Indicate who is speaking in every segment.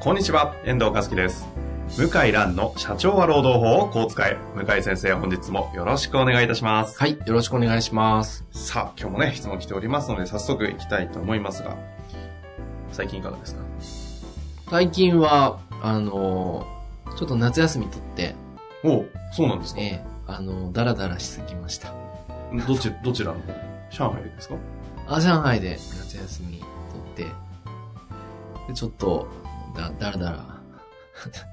Speaker 1: こんにちは、遠藤和樹です。向井蘭の社長は労働法をこう使え。向井先生、本日もよろしくお願いいたします。
Speaker 2: はい、よろしくお願いします。
Speaker 1: さあ、今日もね、質問来ておりますので、早速行きたいと思いますが、最近いかがですか
Speaker 2: 最近は、あのー、ちょっと夏休み取って、
Speaker 1: おうそうなんですか、
Speaker 2: ええあのー、だらだらしすぎました。
Speaker 1: どち、どちらの上海ですか
Speaker 2: あ、上海で夏休み取って、でちょっと、だ、だらだら、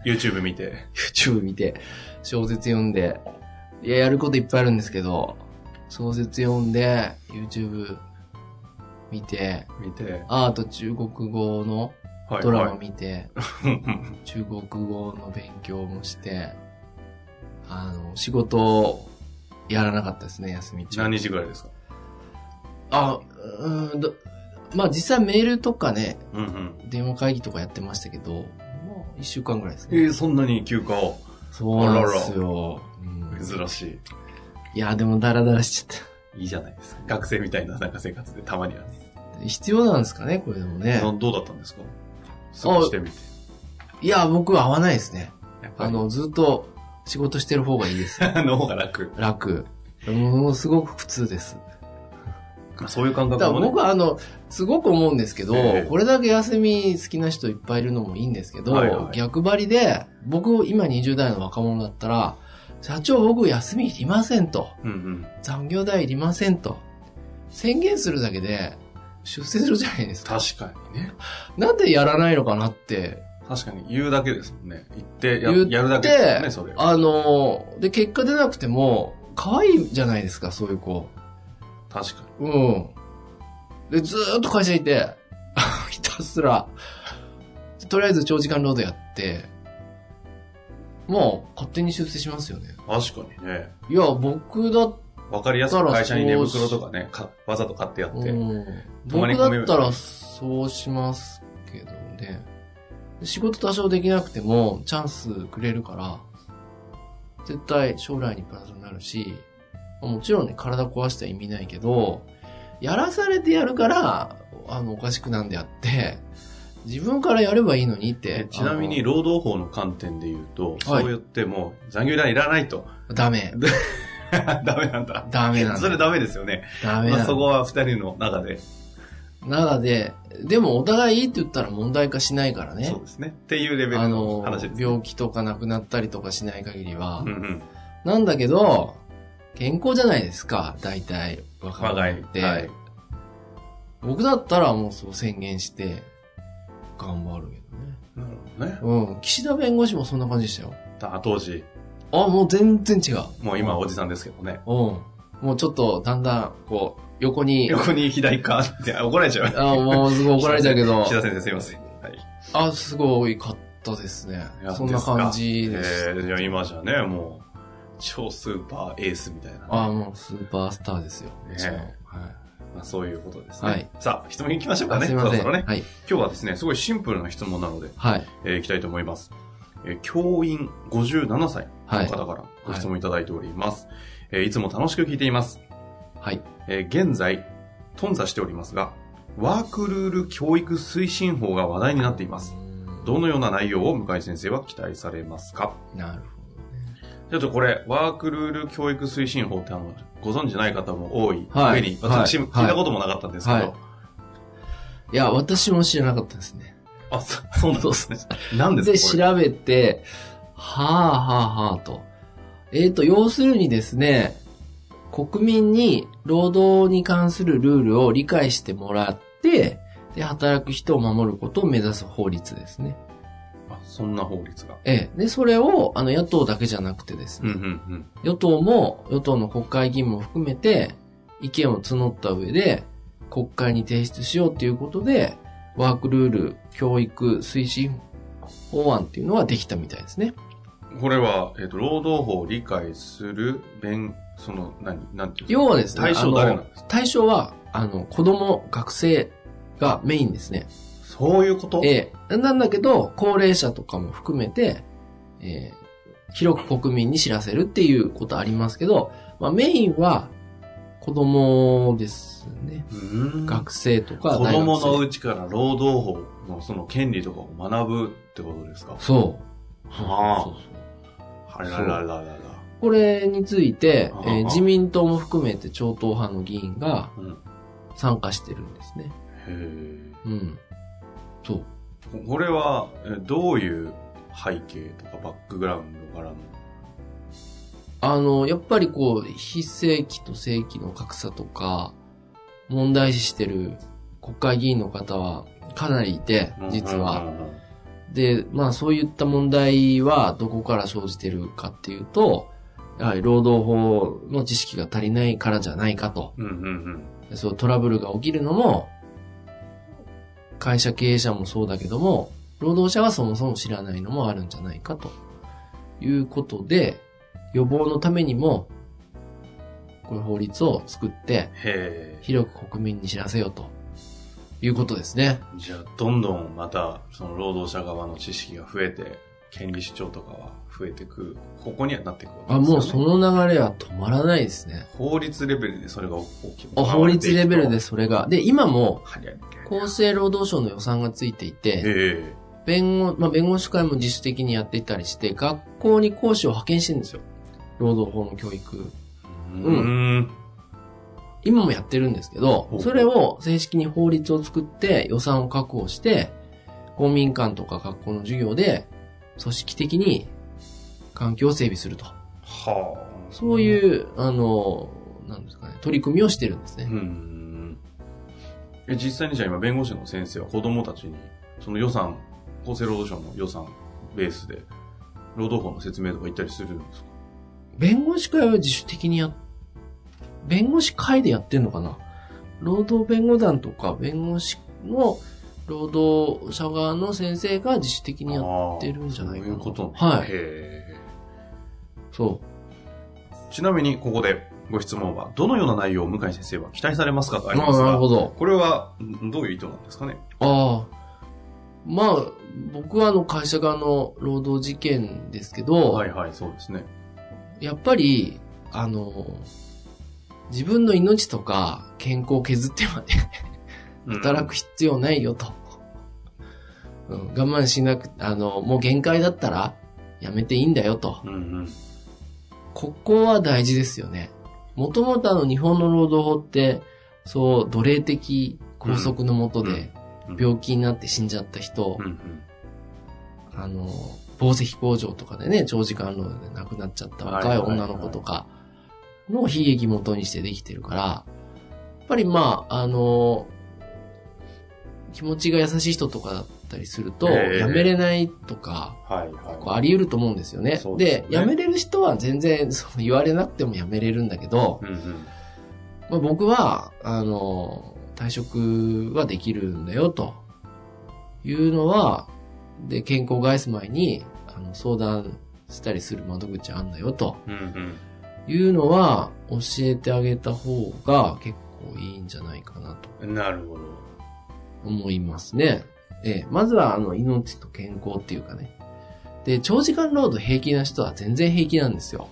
Speaker 1: ?YouTube 見て。
Speaker 2: YouTube 見て、小説読んで、いや、やることいっぱいあるんですけど、小説読んで、YouTube 見て、
Speaker 1: 見て。
Speaker 2: ああと中国語の
Speaker 1: はい。
Speaker 2: ドラマ
Speaker 1: はい
Speaker 2: 見て、 中国語の勉強もして、あの、仕事をやらなかったですね、休み中。
Speaker 1: 何日ぐらいですか
Speaker 2: あ、うーんど、まあ実際メールとかね、
Speaker 1: うんうん。
Speaker 2: 電話会議とかやってましたけど、まあ一週間ぐらいです
Speaker 1: え
Speaker 2: ね。
Speaker 1: ー、そんなに休暇を
Speaker 2: そうなんですよ。うん
Speaker 1: 珍し
Speaker 2: いや、でもダラダラしちゃっ
Speaker 1: い。いいじゃないですか。学生みたいななんか生活でたまには、
Speaker 2: た。必要なんですかね、これでもね。
Speaker 1: どうだったんですか過ごしてみて。
Speaker 2: いや、僕は合わないですね。
Speaker 1: やっぱり
Speaker 2: あの、ずっと仕事してる方がい いです。
Speaker 1: の方が楽。
Speaker 2: 楽。ものすごく普通です。
Speaker 1: まあ、そういう感
Speaker 2: だ
Speaker 1: 覚
Speaker 2: から
Speaker 1: もね。
Speaker 2: 僕はあの、すごく思うんですけど、
Speaker 1: ええ
Speaker 2: これだけ休み好きな人いっぱいいるのもいいんですけど、
Speaker 1: はいはい
Speaker 2: 逆張りで、僕今20代の若者だったら、社長僕休みいりませんと。
Speaker 1: うんうん。
Speaker 2: 残業代いりませんと。宣言するだけで、出世するじゃないですか。
Speaker 1: 確かにね。
Speaker 2: なんでやらないのかなって。
Speaker 1: 確かに言うだけですもんね。言って、や
Speaker 2: 言って
Speaker 1: やるだけですもんね、それ。
Speaker 2: あのー、で、結果出なくても、可愛いじゃないですか、そういう子。
Speaker 1: 確かに。
Speaker 2: うん。で、ずーっと会社いて、 ひたすら、とりあえず長時間労働やって、もう勝手に出世しますよね。
Speaker 1: 確かにね。
Speaker 2: いや、僕だっ
Speaker 1: わかりやすく会社に寝袋とかね、かわざと買ってやって。
Speaker 2: うん
Speaker 1: 泊まり
Speaker 2: 僕
Speaker 1: 込
Speaker 2: だ
Speaker 1: み
Speaker 2: ったらそうしますけどね。仕事多少できなくてもチャンスくれるから、絶対将来にプラスになるし、もちろんね、体壊しては意味ないけど、やらされてやるから、あの、おかしくなんであって、自分からやればいいのにっ
Speaker 1: え
Speaker 2: て。
Speaker 1: ちなみに、
Speaker 2: あ
Speaker 1: 労働法の観点で言うと、
Speaker 2: はい
Speaker 1: そう言っても、残業代いらないと。
Speaker 2: の、ダメ。
Speaker 1: ダメなんだ。
Speaker 2: ダメ な
Speaker 1: それ
Speaker 2: の。
Speaker 1: ダメですよね。
Speaker 2: ダメ
Speaker 1: まあ、
Speaker 2: な
Speaker 1: そ
Speaker 2: の。
Speaker 1: こは二人の中で、
Speaker 2: 中で、でもお互いいいって言ったら問題化しないからね。
Speaker 1: そうですね。っていうレベ
Speaker 2: あ
Speaker 1: ルの
Speaker 2: の
Speaker 1: 話です、、ね。
Speaker 2: 病気とか亡くなったりとかしない限りは。
Speaker 1: うんうん。
Speaker 2: なんだけど、健康じゃないですか、大体、若
Speaker 1: 我が
Speaker 2: 者
Speaker 1: 家
Speaker 2: って。
Speaker 1: はい。
Speaker 2: 僕だったらもうそう宣言して、頑張るけどね。
Speaker 1: なるほどね。
Speaker 2: うん、岸田弁護士もそんな感じでしたよ。
Speaker 1: た当時、
Speaker 2: あ、もう全然違う。
Speaker 1: もう今はおじさんですけどね。
Speaker 2: うん。もうちょっと、だんだん、こう、横に、
Speaker 1: 横に左かって怒られちゃう。
Speaker 2: あ、もうすごい怒られちゃうけど
Speaker 1: 岸、田先生すいません。はい。
Speaker 2: あ、すごいかったですね
Speaker 1: いや。
Speaker 2: そんな感じ
Speaker 1: え
Speaker 2: です。
Speaker 1: ー、いや今じゃね、もう、超スーパーエースみたいな。
Speaker 2: あ、もうスーパースターですよ。もちろん
Speaker 1: ね
Speaker 2: はい
Speaker 1: まあ、そういうことですね。
Speaker 2: はい
Speaker 1: さあ、質問いきましょうか
Speaker 2: あ
Speaker 1: ね。
Speaker 2: すいません。
Speaker 1: そろそろね。
Speaker 2: はい。
Speaker 1: 今日はですね、すごいシンプルな質問なので、
Speaker 2: はい。
Speaker 1: えーいきたいと思います。えー教員57歳
Speaker 2: は
Speaker 1: の
Speaker 2: い。
Speaker 1: 方からご質問いただいております。いえーいつも楽しく聞いています。
Speaker 2: はい。
Speaker 1: えー現在、頓挫しておりますが、ワークルール教育推進法が話題になっています。
Speaker 2: うん
Speaker 1: どのような内容を向井先生は期待されますか
Speaker 2: なるほどね。
Speaker 1: ちょっとこれ、ワークルール教育推進法ってあの、ご存知ない方も多い
Speaker 2: はい
Speaker 1: 上に、私、
Speaker 2: はい
Speaker 1: 聞いたこともなかったんですけど、
Speaker 2: はいいや、私も知らなかったですね。
Speaker 1: あ、そそうなんですね。何ですか
Speaker 2: で、
Speaker 1: これ
Speaker 2: 調べて、はあはあはあと。えっ、と、要するにですね、国民に労働に関するルールを理解してもらって、で、働く人を守ることを目指す法律ですね。
Speaker 1: あそんな法律が。
Speaker 2: ええ。で、それを、あの、野党だけじゃなくてです
Speaker 1: うんう
Speaker 2: ね、
Speaker 1: んうん。
Speaker 2: 与党も、与党の国会議員も含めて、意見を募った上で、国会に提出しようっていうことで、ワークルール教育推進法案っていうのはできたみたいですね。
Speaker 1: これは、えっ、と、労働法を理解する、弁、その、何、なんていうんですか
Speaker 2: 要はですね、
Speaker 1: 対象誰なんですか
Speaker 2: あの対象は、あの、子供、学生がメインですね。
Speaker 1: そういうこと
Speaker 2: ええなんだけど、高齢者とかも含めて、えー広く国民に知らせるっていうことありますけど、まあメインは子供ですね。
Speaker 1: うーん
Speaker 2: 学生とか
Speaker 1: 子
Speaker 2: 大学生。
Speaker 1: 供のうちから労働法のその権利とかを学ぶってことですか
Speaker 2: そう。
Speaker 1: はあ
Speaker 2: そうそうそう
Speaker 1: あららららら。
Speaker 2: これについて、
Speaker 1: あ
Speaker 2: えー自民党も含めて超党派の議員が
Speaker 1: うん
Speaker 2: 参加してるんですね。
Speaker 1: へ
Speaker 2: うん。そう。
Speaker 1: え。これは、えどういう背景とかバックグラウンドからの。
Speaker 2: あの、やっぱりこう、非正規と正規の格差とか、問題視してる国会議員の方はかなりいて、実
Speaker 1: う
Speaker 2: は。
Speaker 1: んうんうん
Speaker 2: で、まあそういった問題はどこから生じてるかっていうと、やはり労働法の知識が足りないからじゃないかと。
Speaker 1: うんうん
Speaker 2: そう、トラブルが起きるのも、会社経営者もそうだけども、労働者がそもそも知らないのもあるんじゃないかということで、予防のためにも、こういう法律を作って、
Speaker 1: へえ。
Speaker 2: 広く国民に知らせようということですね。
Speaker 1: じゃあ、どんどんまた、その労働者側の知識が増えて、権利主張とかは増えてく、ここにはなっていくわけ
Speaker 2: あ、もう
Speaker 1: です
Speaker 2: そ
Speaker 1: よね。
Speaker 2: の流れは止まらないですね。
Speaker 1: 法律レベルでそれが大きく。。
Speaker 2: あ法律レベルですそれが。で、今も、
Speaker 1: はりはり
Speaker 2: 厚生労働省の予算がついていて、
Speaker 1: へえ。
Speaker 2: 弁護、まあ、弁護士会も自主的にやっていたりして、学校に講師を派遣してるんですよ。労働法の教育。
Speaker 1: うん。
Speaker 2: 今もやってるんですけど
Speaker 1: ほ、う
Speaker 2: それを正式に法律を作って予算を確保して、公民館とか学校の授業で組織的に環境を整備すると。
Speaker 1: はあ。
Speaker 2: そういう、あの、なんですかね、取り組みをしてるんですね。
Speaker 1: うん。え、実際にじゃあ今、弁護士の先生は子供たちに、その予算、厚生労働省の予算ベースで、労働法の説明とか言ったりするんですか
Speaker 2: 弁護士会は自主的にや、弁護士会でやってんのかな労働弁護団とか弁護士の労働者側の先生が自主的にやっってるんじゃないかな
Speaker 1: あーそういうことね
Speaker 2: はい
Speaker 1: へー
Speaker 2: そう。
Speaker 1: ちなみに、ここでご質問は、どのような内容を向井先生は期待されますかとあ
Speaker 2: あ
Speaker 1: ります
Speaker 2: なる
Speaker 1: が、
Speaker 2: ほど。
Speaker 1: これは、んどういう意図なんですかね
Speaker 2: ああ。まあ、僕はあの会社側の労働事件ですけど、
Speaker 1: はいはい、そうですね。
Speaker 2: やっぱり、あの、自分の命とか健康を削ってまで働く必要ないよと。うん、我慢しなく、あの、もう限界だったらやめていいんだよと。
Speaker 1: うん。うんうん。
Speaker 2: ここは大事ですよね。もともとあの日本の労働法って、そう、奴隷的拘束のもとで
Speaker 1: うんうん
Speaker 2: 病気になって死んじゃった人、
Speaker 1: うんうん。
Speaker 2: あの、紡績工場とかでね、長時間労働で亡くなっちゃった若い女の子とかの悲劇元にしてできてるから、やっぱりまあ、あの、気持ちが優しい人とかだったりすると、
Speaker 1: ええ
Speaker 2: やめれないとか、
Speaker 1: はいはい。
Speaker 2: こうあり得ると思うんですよね。
Speaker 1: そうですね
Speaker 2: でやめれる人は全然その言われなくてもやめれるんだけど、
Speaker 1: うんうん。
Speaker 2: まあ、僕は、あの、退職はできるんだよ、というのは、で、健康を害す前に、あの、相談したりする窓口あんだよ、と
Speaker 1: うんうん。
Speaker 2: いうのは、教えてあげた方が結構いいんじゃないかなと
Speaker 1: なるほど。
Speaker 2: 思いますね。ええ、まずは、あの、命と健康っていうかね。で、長時間労働平気な人は全然平気なんですよ。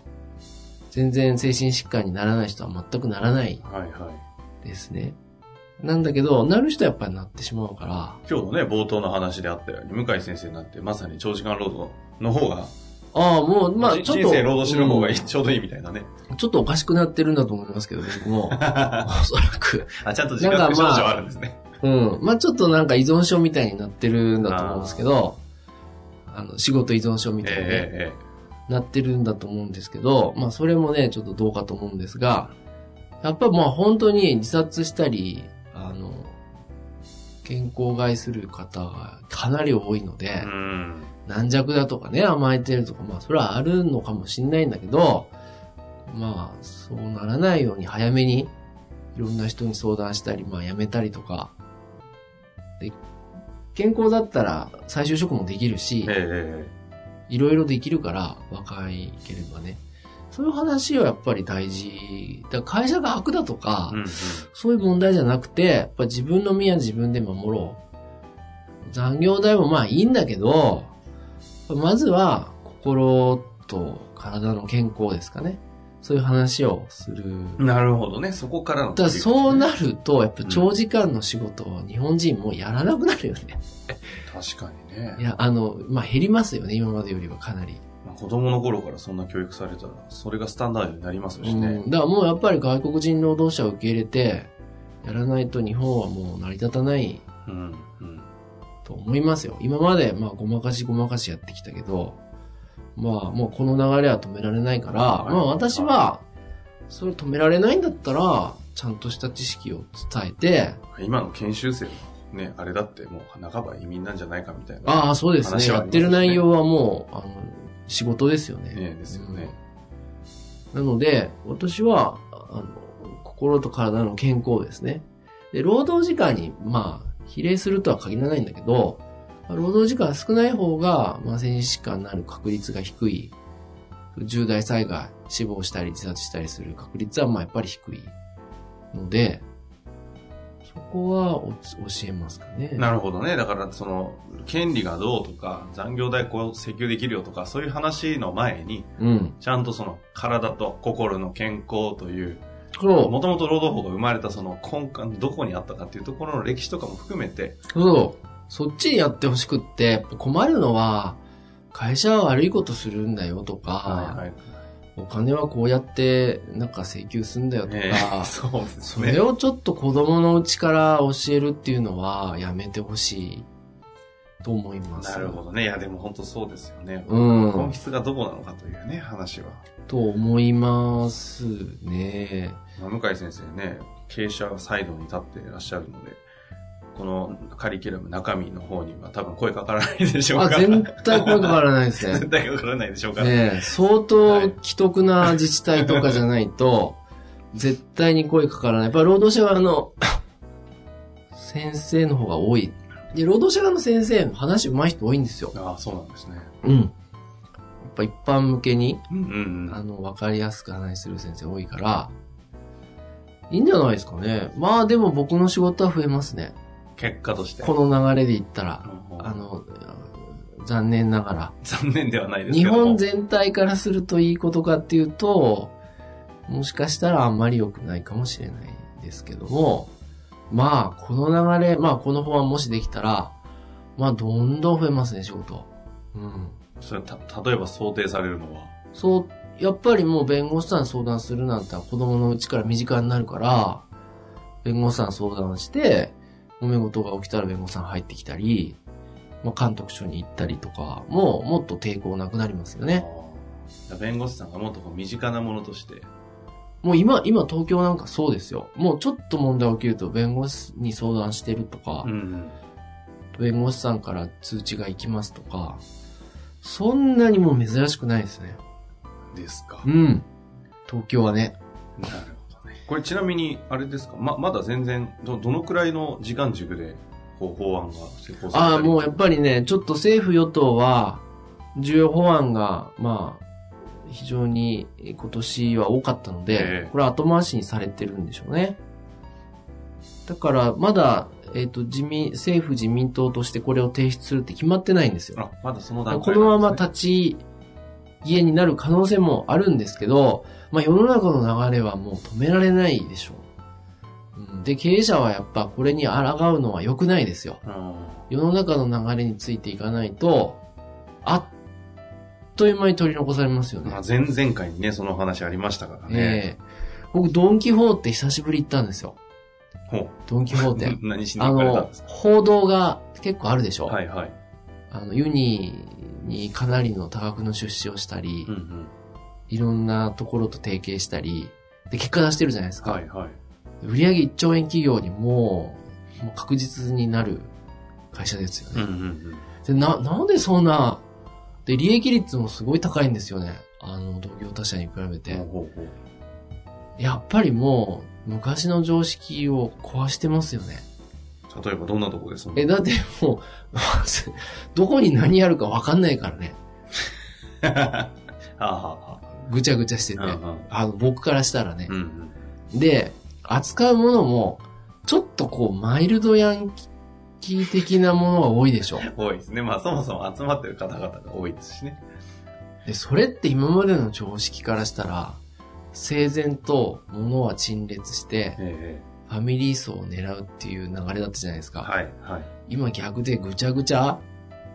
Speaker 2: 全然精神疾患にならない人は全くならない
Speaker 1: はいはい。
Speaker 2: ですね。なんだけど、なる人はやっぱりなってしまうから、
Speaker 1: 今日のね、冒頭の話であったように、向井先生なんてまさに長時間労働の方が、
Speaker 2: ああ、もう、まあ、
Speaker 1: じ
Speaker 2: ちょっと。
Speaker 1: 人生労働してる方がいい、
Speaker 2: う
Speaker 1: ちょうどいいみたいなね。
Speaker 2: んちょっとおかしくなってるんだと思いますけど、僕も。
Speaker 1: あ、
Speaker 2: おそらく。
Speaker 1: ちゃんと自覚症状あるんですね。
Speaker 2: うん。まあ、ちょっとなんか依存症みたいになってるんだと思うんですけど、あの、仕事依存症みたいにね、
Speaker 1: ええ
Speaker 2: なってるんだと思うんですけど、まあ、それもね、ちょっとどうかと思うんですが、やっぱまあ、本当に自殺したり、あの、健康を害する方がかなり多いので、
Speaker 1: えええ。うん。
Speaker 2: 軟弱だとかね、甘えてるとか、まあ、それはあるのかもしんないんだけど、まあ、そうならないように早めにいろんな人に相談したり、まあ辞めたりとか。で、健康だったら再就職もできるし、
Speaker 1: ええ
Speaker 2: いろいろできるから、若いければね。そういう話はやっぱり大事。だから会社が悪だとか、
Speaker 1: ええうんうん。
Speaker 2: そういう問題じゃなくて、やっぱ自分の身は自分で守ろう。残業代もまあいいんだけど、まずは心と体の健康ですかね。そういう話をする。
Speaker 1: なるほどね。そこからの
Speaker 2: だからそう
Speaker 1: な
Speaker 2: なると、やっぱ長時間の仕事を日本人もうやらなくなるよね。
Speaker 1: 確かにね
Speaker 2: い。や、あの、まあ減りますよね、今までよりはかなり。
Speaker 1: まあ子供の頃からそんな教育されたら、それがスタンダードになりますしね
Speaker 2: う。ん、だからもうやっぱり外国人労働者を受け入れて、やらないと日本はもう成り立たない
Speaker 1: うん。うん。
Speaker 2: と思いますよ。今まで、まあ、ごまかしごまかしやってきたけど、まあ、もうこの流れは止められないから、
Speaker 1: はい
Speaker 2: まあ、私は、それ止められないんだったら、ちゃんとした知識を伝えて、
Speaker 1: 今の研修生のね、あれだってもう半ば移民なんじゃないかみたいな。
Speaker 2: ああ、そうですね。
Speaker 1: 話はあります
Speaker 2: やっ
Speaker 1: ね
Speaker 2: てる内容はもう、あの、仕事ですよね。
Speaker 1: ねですよね。
Speaker 2: なので、私は、あの、心と体の健康ですね。で、労働時間に、まあ、比例するとは限らないんだけど、まあ労働時間少ない方が、まあ、精神疾患になる確率が低い。重大災害、死亡したり自殺したりする確率は、まあ、やっぱり低い。ので、そこはおつ教えますかね。
Speaker 1: なるほどね。だから、その、権利がどうとか、残業代こう請求できるよとか、そういう話の前に、
Speaker 2: うん。
Speaker 1: ちゃんとその、体と心の健康という、
Speaker 2: そう
Speaker 1: もともと労働法が生まれたその根幹、どこにあったかっていうところの歴史とかも含めて、
Speaker 2: そう。そっちにやってほしくって、やっぱ困るのは、会社は悪いことするんだよとか、
Speaker 1: はいはい
Speaker 2: お金はこうやって、なんか請求すんだよとか、
Speaker 1: ええそうです
Speaker 2: そ
Speaker 1: ね
Speaker 2: れ。をちょっと子供のうちから教えるっていうのはやめてほしいと思います。
Speaker 1: なるほどね。いや、でも本当そうですよね。
Speaker 2: うん。
Speaker 1: 本質がどこなのかというね、話は。
Speaker 2: と思いますね。
Speaker 1: まあ向井先生ね、経営者サイドに立っていらっしゃるので、このカリキュラム中身の方には多分声かからないでしょう
Speaker 2: あ、
Speaker 1: から。
Speaker 2: 全体声かからないで すね
Speaker 1: 絶。対かからないでしょうから。
Speaker 2: ねえ、相当既得な自治体とかじゃないと、絶対に声かからない。やっぱ労働者側の先生の方が多い。で、労働者側の先生、話上手い人多いんですよ。
Speaker 1: ああ、そうなんですね。
Speaker 2: うん。やっぱ一般向けに、
Speaker 1: うんうん
Speaker 2: あの、わかりやすく話する先生多いから、いいんじゃないですかね。まあでも僕の仕事は増えますね。
Speaker 1: うん。結果として。
Speaker 2: この流れで言ったら。
Speaker 1: うん
Speaker 2: あの、残念ながら。
Speaker 1: 残念ではないですけ
Speaker 2: 日
Speaker 1: ども。
Speaker 2: 本全体からするといいことかっていうと、もしかしたらあんまり良くないかもしれないですけども、まあ、この流れ、まあ、この法案もしできたら、まあ、どんどん増えますね、仕事。うん。
Speaker 1: それた例えば想定されるのは。
Speaker 2: そう、やっぱりもう弁護士さんに相談するなんて子供のうちから身近になるから、弁護士さんに相談して、揉め事が起きたら弁護士さん入ってきたり、まあ、監督署に行ったりとかも、もっと抵抗なくなりますよね。
Speaker 1: ああ弁護士さんがもっとこう身近なものとして。
Speaker 2: もう今、今東京なんかそうですよ。もうちょっと問題起きると弁護士に相談してるとか、
Speaker 1: ん。
Speaker 2: 弁護士さんから通知が行きますとか、そんなにもう珍しくないですね。
Speaker 1: ですか。
Speaker 2: うん。東京はね。
Speaker 1: なるほどね。これちなみに、あれですかま、まだ全然、ど、どのくらいの時間軸で、こう、法案が施行されたり
Speaker 2: ああ、もうやっぱりね、ちょっと政府与党は、重要法案が、まあ、非常に今年は多かったの
Speaker 1: え
Speaker 2: で、
Speaker 1: え
Speaker 2: これ後回しにされてるんでしょうね。だから、まだ、えっ、と、自民、政府自民党としてこれを提出するって決まってないんですよ。
Speaker 1: あ、まだその段階
Speaker 2: このまま
Speaker 1: た
Speaker 2: 立ち家になる可能性もあるんですけど、まあ、世の中の流れはもう止められないでしょう。うんで、経営者はやっぱこれに抗うのは良くないですよ。世の中の流れについていかないと、あっという間に取り残されますよね
Speaker 1: ま。あ、前々回にね、その話ありましたからね。
Speaker 2: ええ僕、ドンキホーテ久しぶり行ったんですよ。
Speaker 1: ほ
Speaker 2: ドンキホー
Speaker 1: う。。
Speaker 2: テ
Speaker 1: 何しに
Speaker 2: あ
Speaker 1: 行かれたん
Speaker 2: の
Speaker 1: です、
Speaker 2: 報道が結構あるでしょ、
Speaker 1: かはいはい。
Speaker 2: あの、ユニにかなりの多額の出資をしたり、
Speaker 1: うんうん。
Speaker 2: いろんなところと提携したり、で、結果出してるじゃないですか。
Speaker 1: はいはい。
Speaker 2: 売上1兆円企業にもう、もう確実になる会社です
Speaker 1: うん
Speaker 2: よ
Speaker 1: う
Speaker 2: ね。
Speaker 1: ん
Speaker 2: で、な、なんでそんな、で、利益率もすごい高いんですよね。あの、同業他社に比べ
Speaker 1: うん。
Speaker 2: て。
Speaker 1: ほうほうほう
Speaker 2: やっぱりもう、昔の常識を壊してますよね。
Speaker 1: 例えばどんなとこです
Speaker 2: え、だってもう、 まずどこに何やるか分かんないからね。
Speaker 1: ああは
Speaker 2: ぐちゃぐちゃしてて
Speaker 1: あ。はあ。
Speaker 2: あの、僕からしたらね
Speaker 1: うん。うん。
Speaker 2: で、扱うものも、ちょっとこう、マイルドヤンキー的なものが多いでしょ。
Speaker 1: 多いですね。まあそもそも集まってる方々が多いですしね。
Speaker 2: で、それって今までの常識からしたら、整然と物は陳列して、
Speaker 1: え
Speaker 2: ファミリー層を狙うっていう流れだったじゃないですか。
Speaker 1: はい、はい。
Speaker 2: 今逆でぐちゃぐちゃ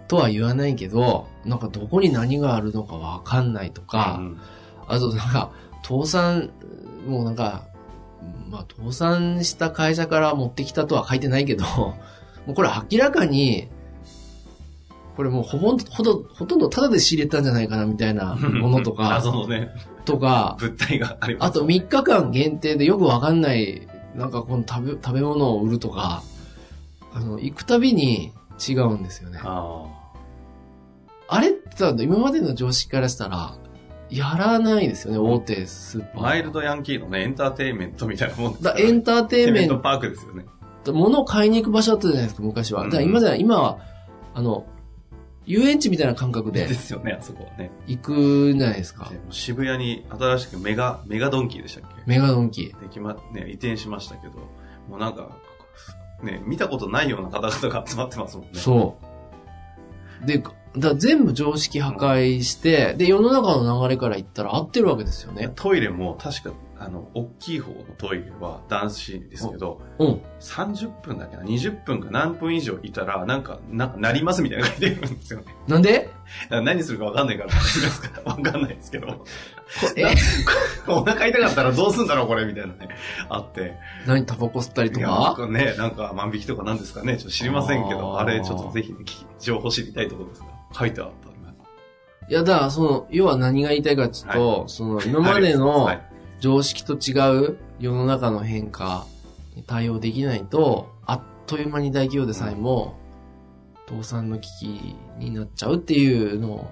Speaker 2: とは言わないけど、なんかどこに何があるのかわかんないとか、
Speaker 1: うん
Speaker 2: あとなんか、倒産、もうなんか、まあ、倒産した会社から持ってきたとは書いてないけど、 もうこれ明らかに、これもうほぼんほとほとんどタダで仕入れたんじゃないかなみたいなものとか、
Speaker 1: 謎のね、
Speaker 2: とか、
Speaker 1: 物体があります。
Speaker 2: あと3日間限定でよくわかんない、なんかこの食べ、食べ物を売るとか、あの、行くたびに違うんですよね。
Speaker 1: あ
Speaker 2: あれってさ今までの常識からしたら、やらないですよね、大手スーパ
Speaker 1: あ。
Speaker 2: ー。
Speaker 1: マイルドヤンキーのね、エンターテインメントみたいなもんですか
Speaker 2: だ
Speaker 1: ら
Speaker 2: エンターテインメン
Speaker 1: テインメントパークですよね。
Speaker 2: ト、物を買いに行く場所だったじゃないですか、昔は。
Speaker 1: うん
Speaker 2: だから今じゃない、今は、あの、遊園地みたいな感覚
Speaker 1: で
Speaker 2: です
Speaker 1: よね、あそこはね。
Speaker 2: 行くじゃないですか
Speaker 1: で。も渋谷に新しくメガ、メガドンキーでしたっけ
Speaker 2: メガドンキ
Speaker 1: できま、ね、移転しましたけど、もうなんか、ね、見たことないような方々が集まってますもんね。
Speaker 2: ー。そう。で、だから全部常識破壊して、で、世の中の流れから言ったら合ってるわけですよ
Speaker 1: ね
Speaker 2: ね。
Speaker 1: トイレも確か、あの、大きい方のトイレは男子ですけど、
Speaker 2: うん。
Speaker 1: 30分だっけな、20分か何分以上いたら、なんか、な、なりますみたいなの書いてるんですよね。
Speaker 2: なんで
Speaker 1: だから何するかわかんないから、なりますから わかんないですけど。
Speaker 2: え
Speaker 1: お腹痛かったらどうすんだろう、これ、みたいなね、あって。
Speaker 2: 何タバコ吸ったりと
Speaker 1: いやなんか
Speaker 2: か
Speaker 1: ね、なんか万引きとかなんですかね、ちょっと知りませんけど、あ
Speaker 2: あー
Speaker 1: れ、ちょっとぜひね、き情報知りたいところですが、書いてあったね。
Speaker 2: いや、だから、その、要は何が言いたいかっていうと、その、今までの
Speaker 1: はい
Speaker 2: 常識と違う世の中の変化に対応できないと、あっという間に大企業でさえも、倒産の危機になっちゃうっていうのを、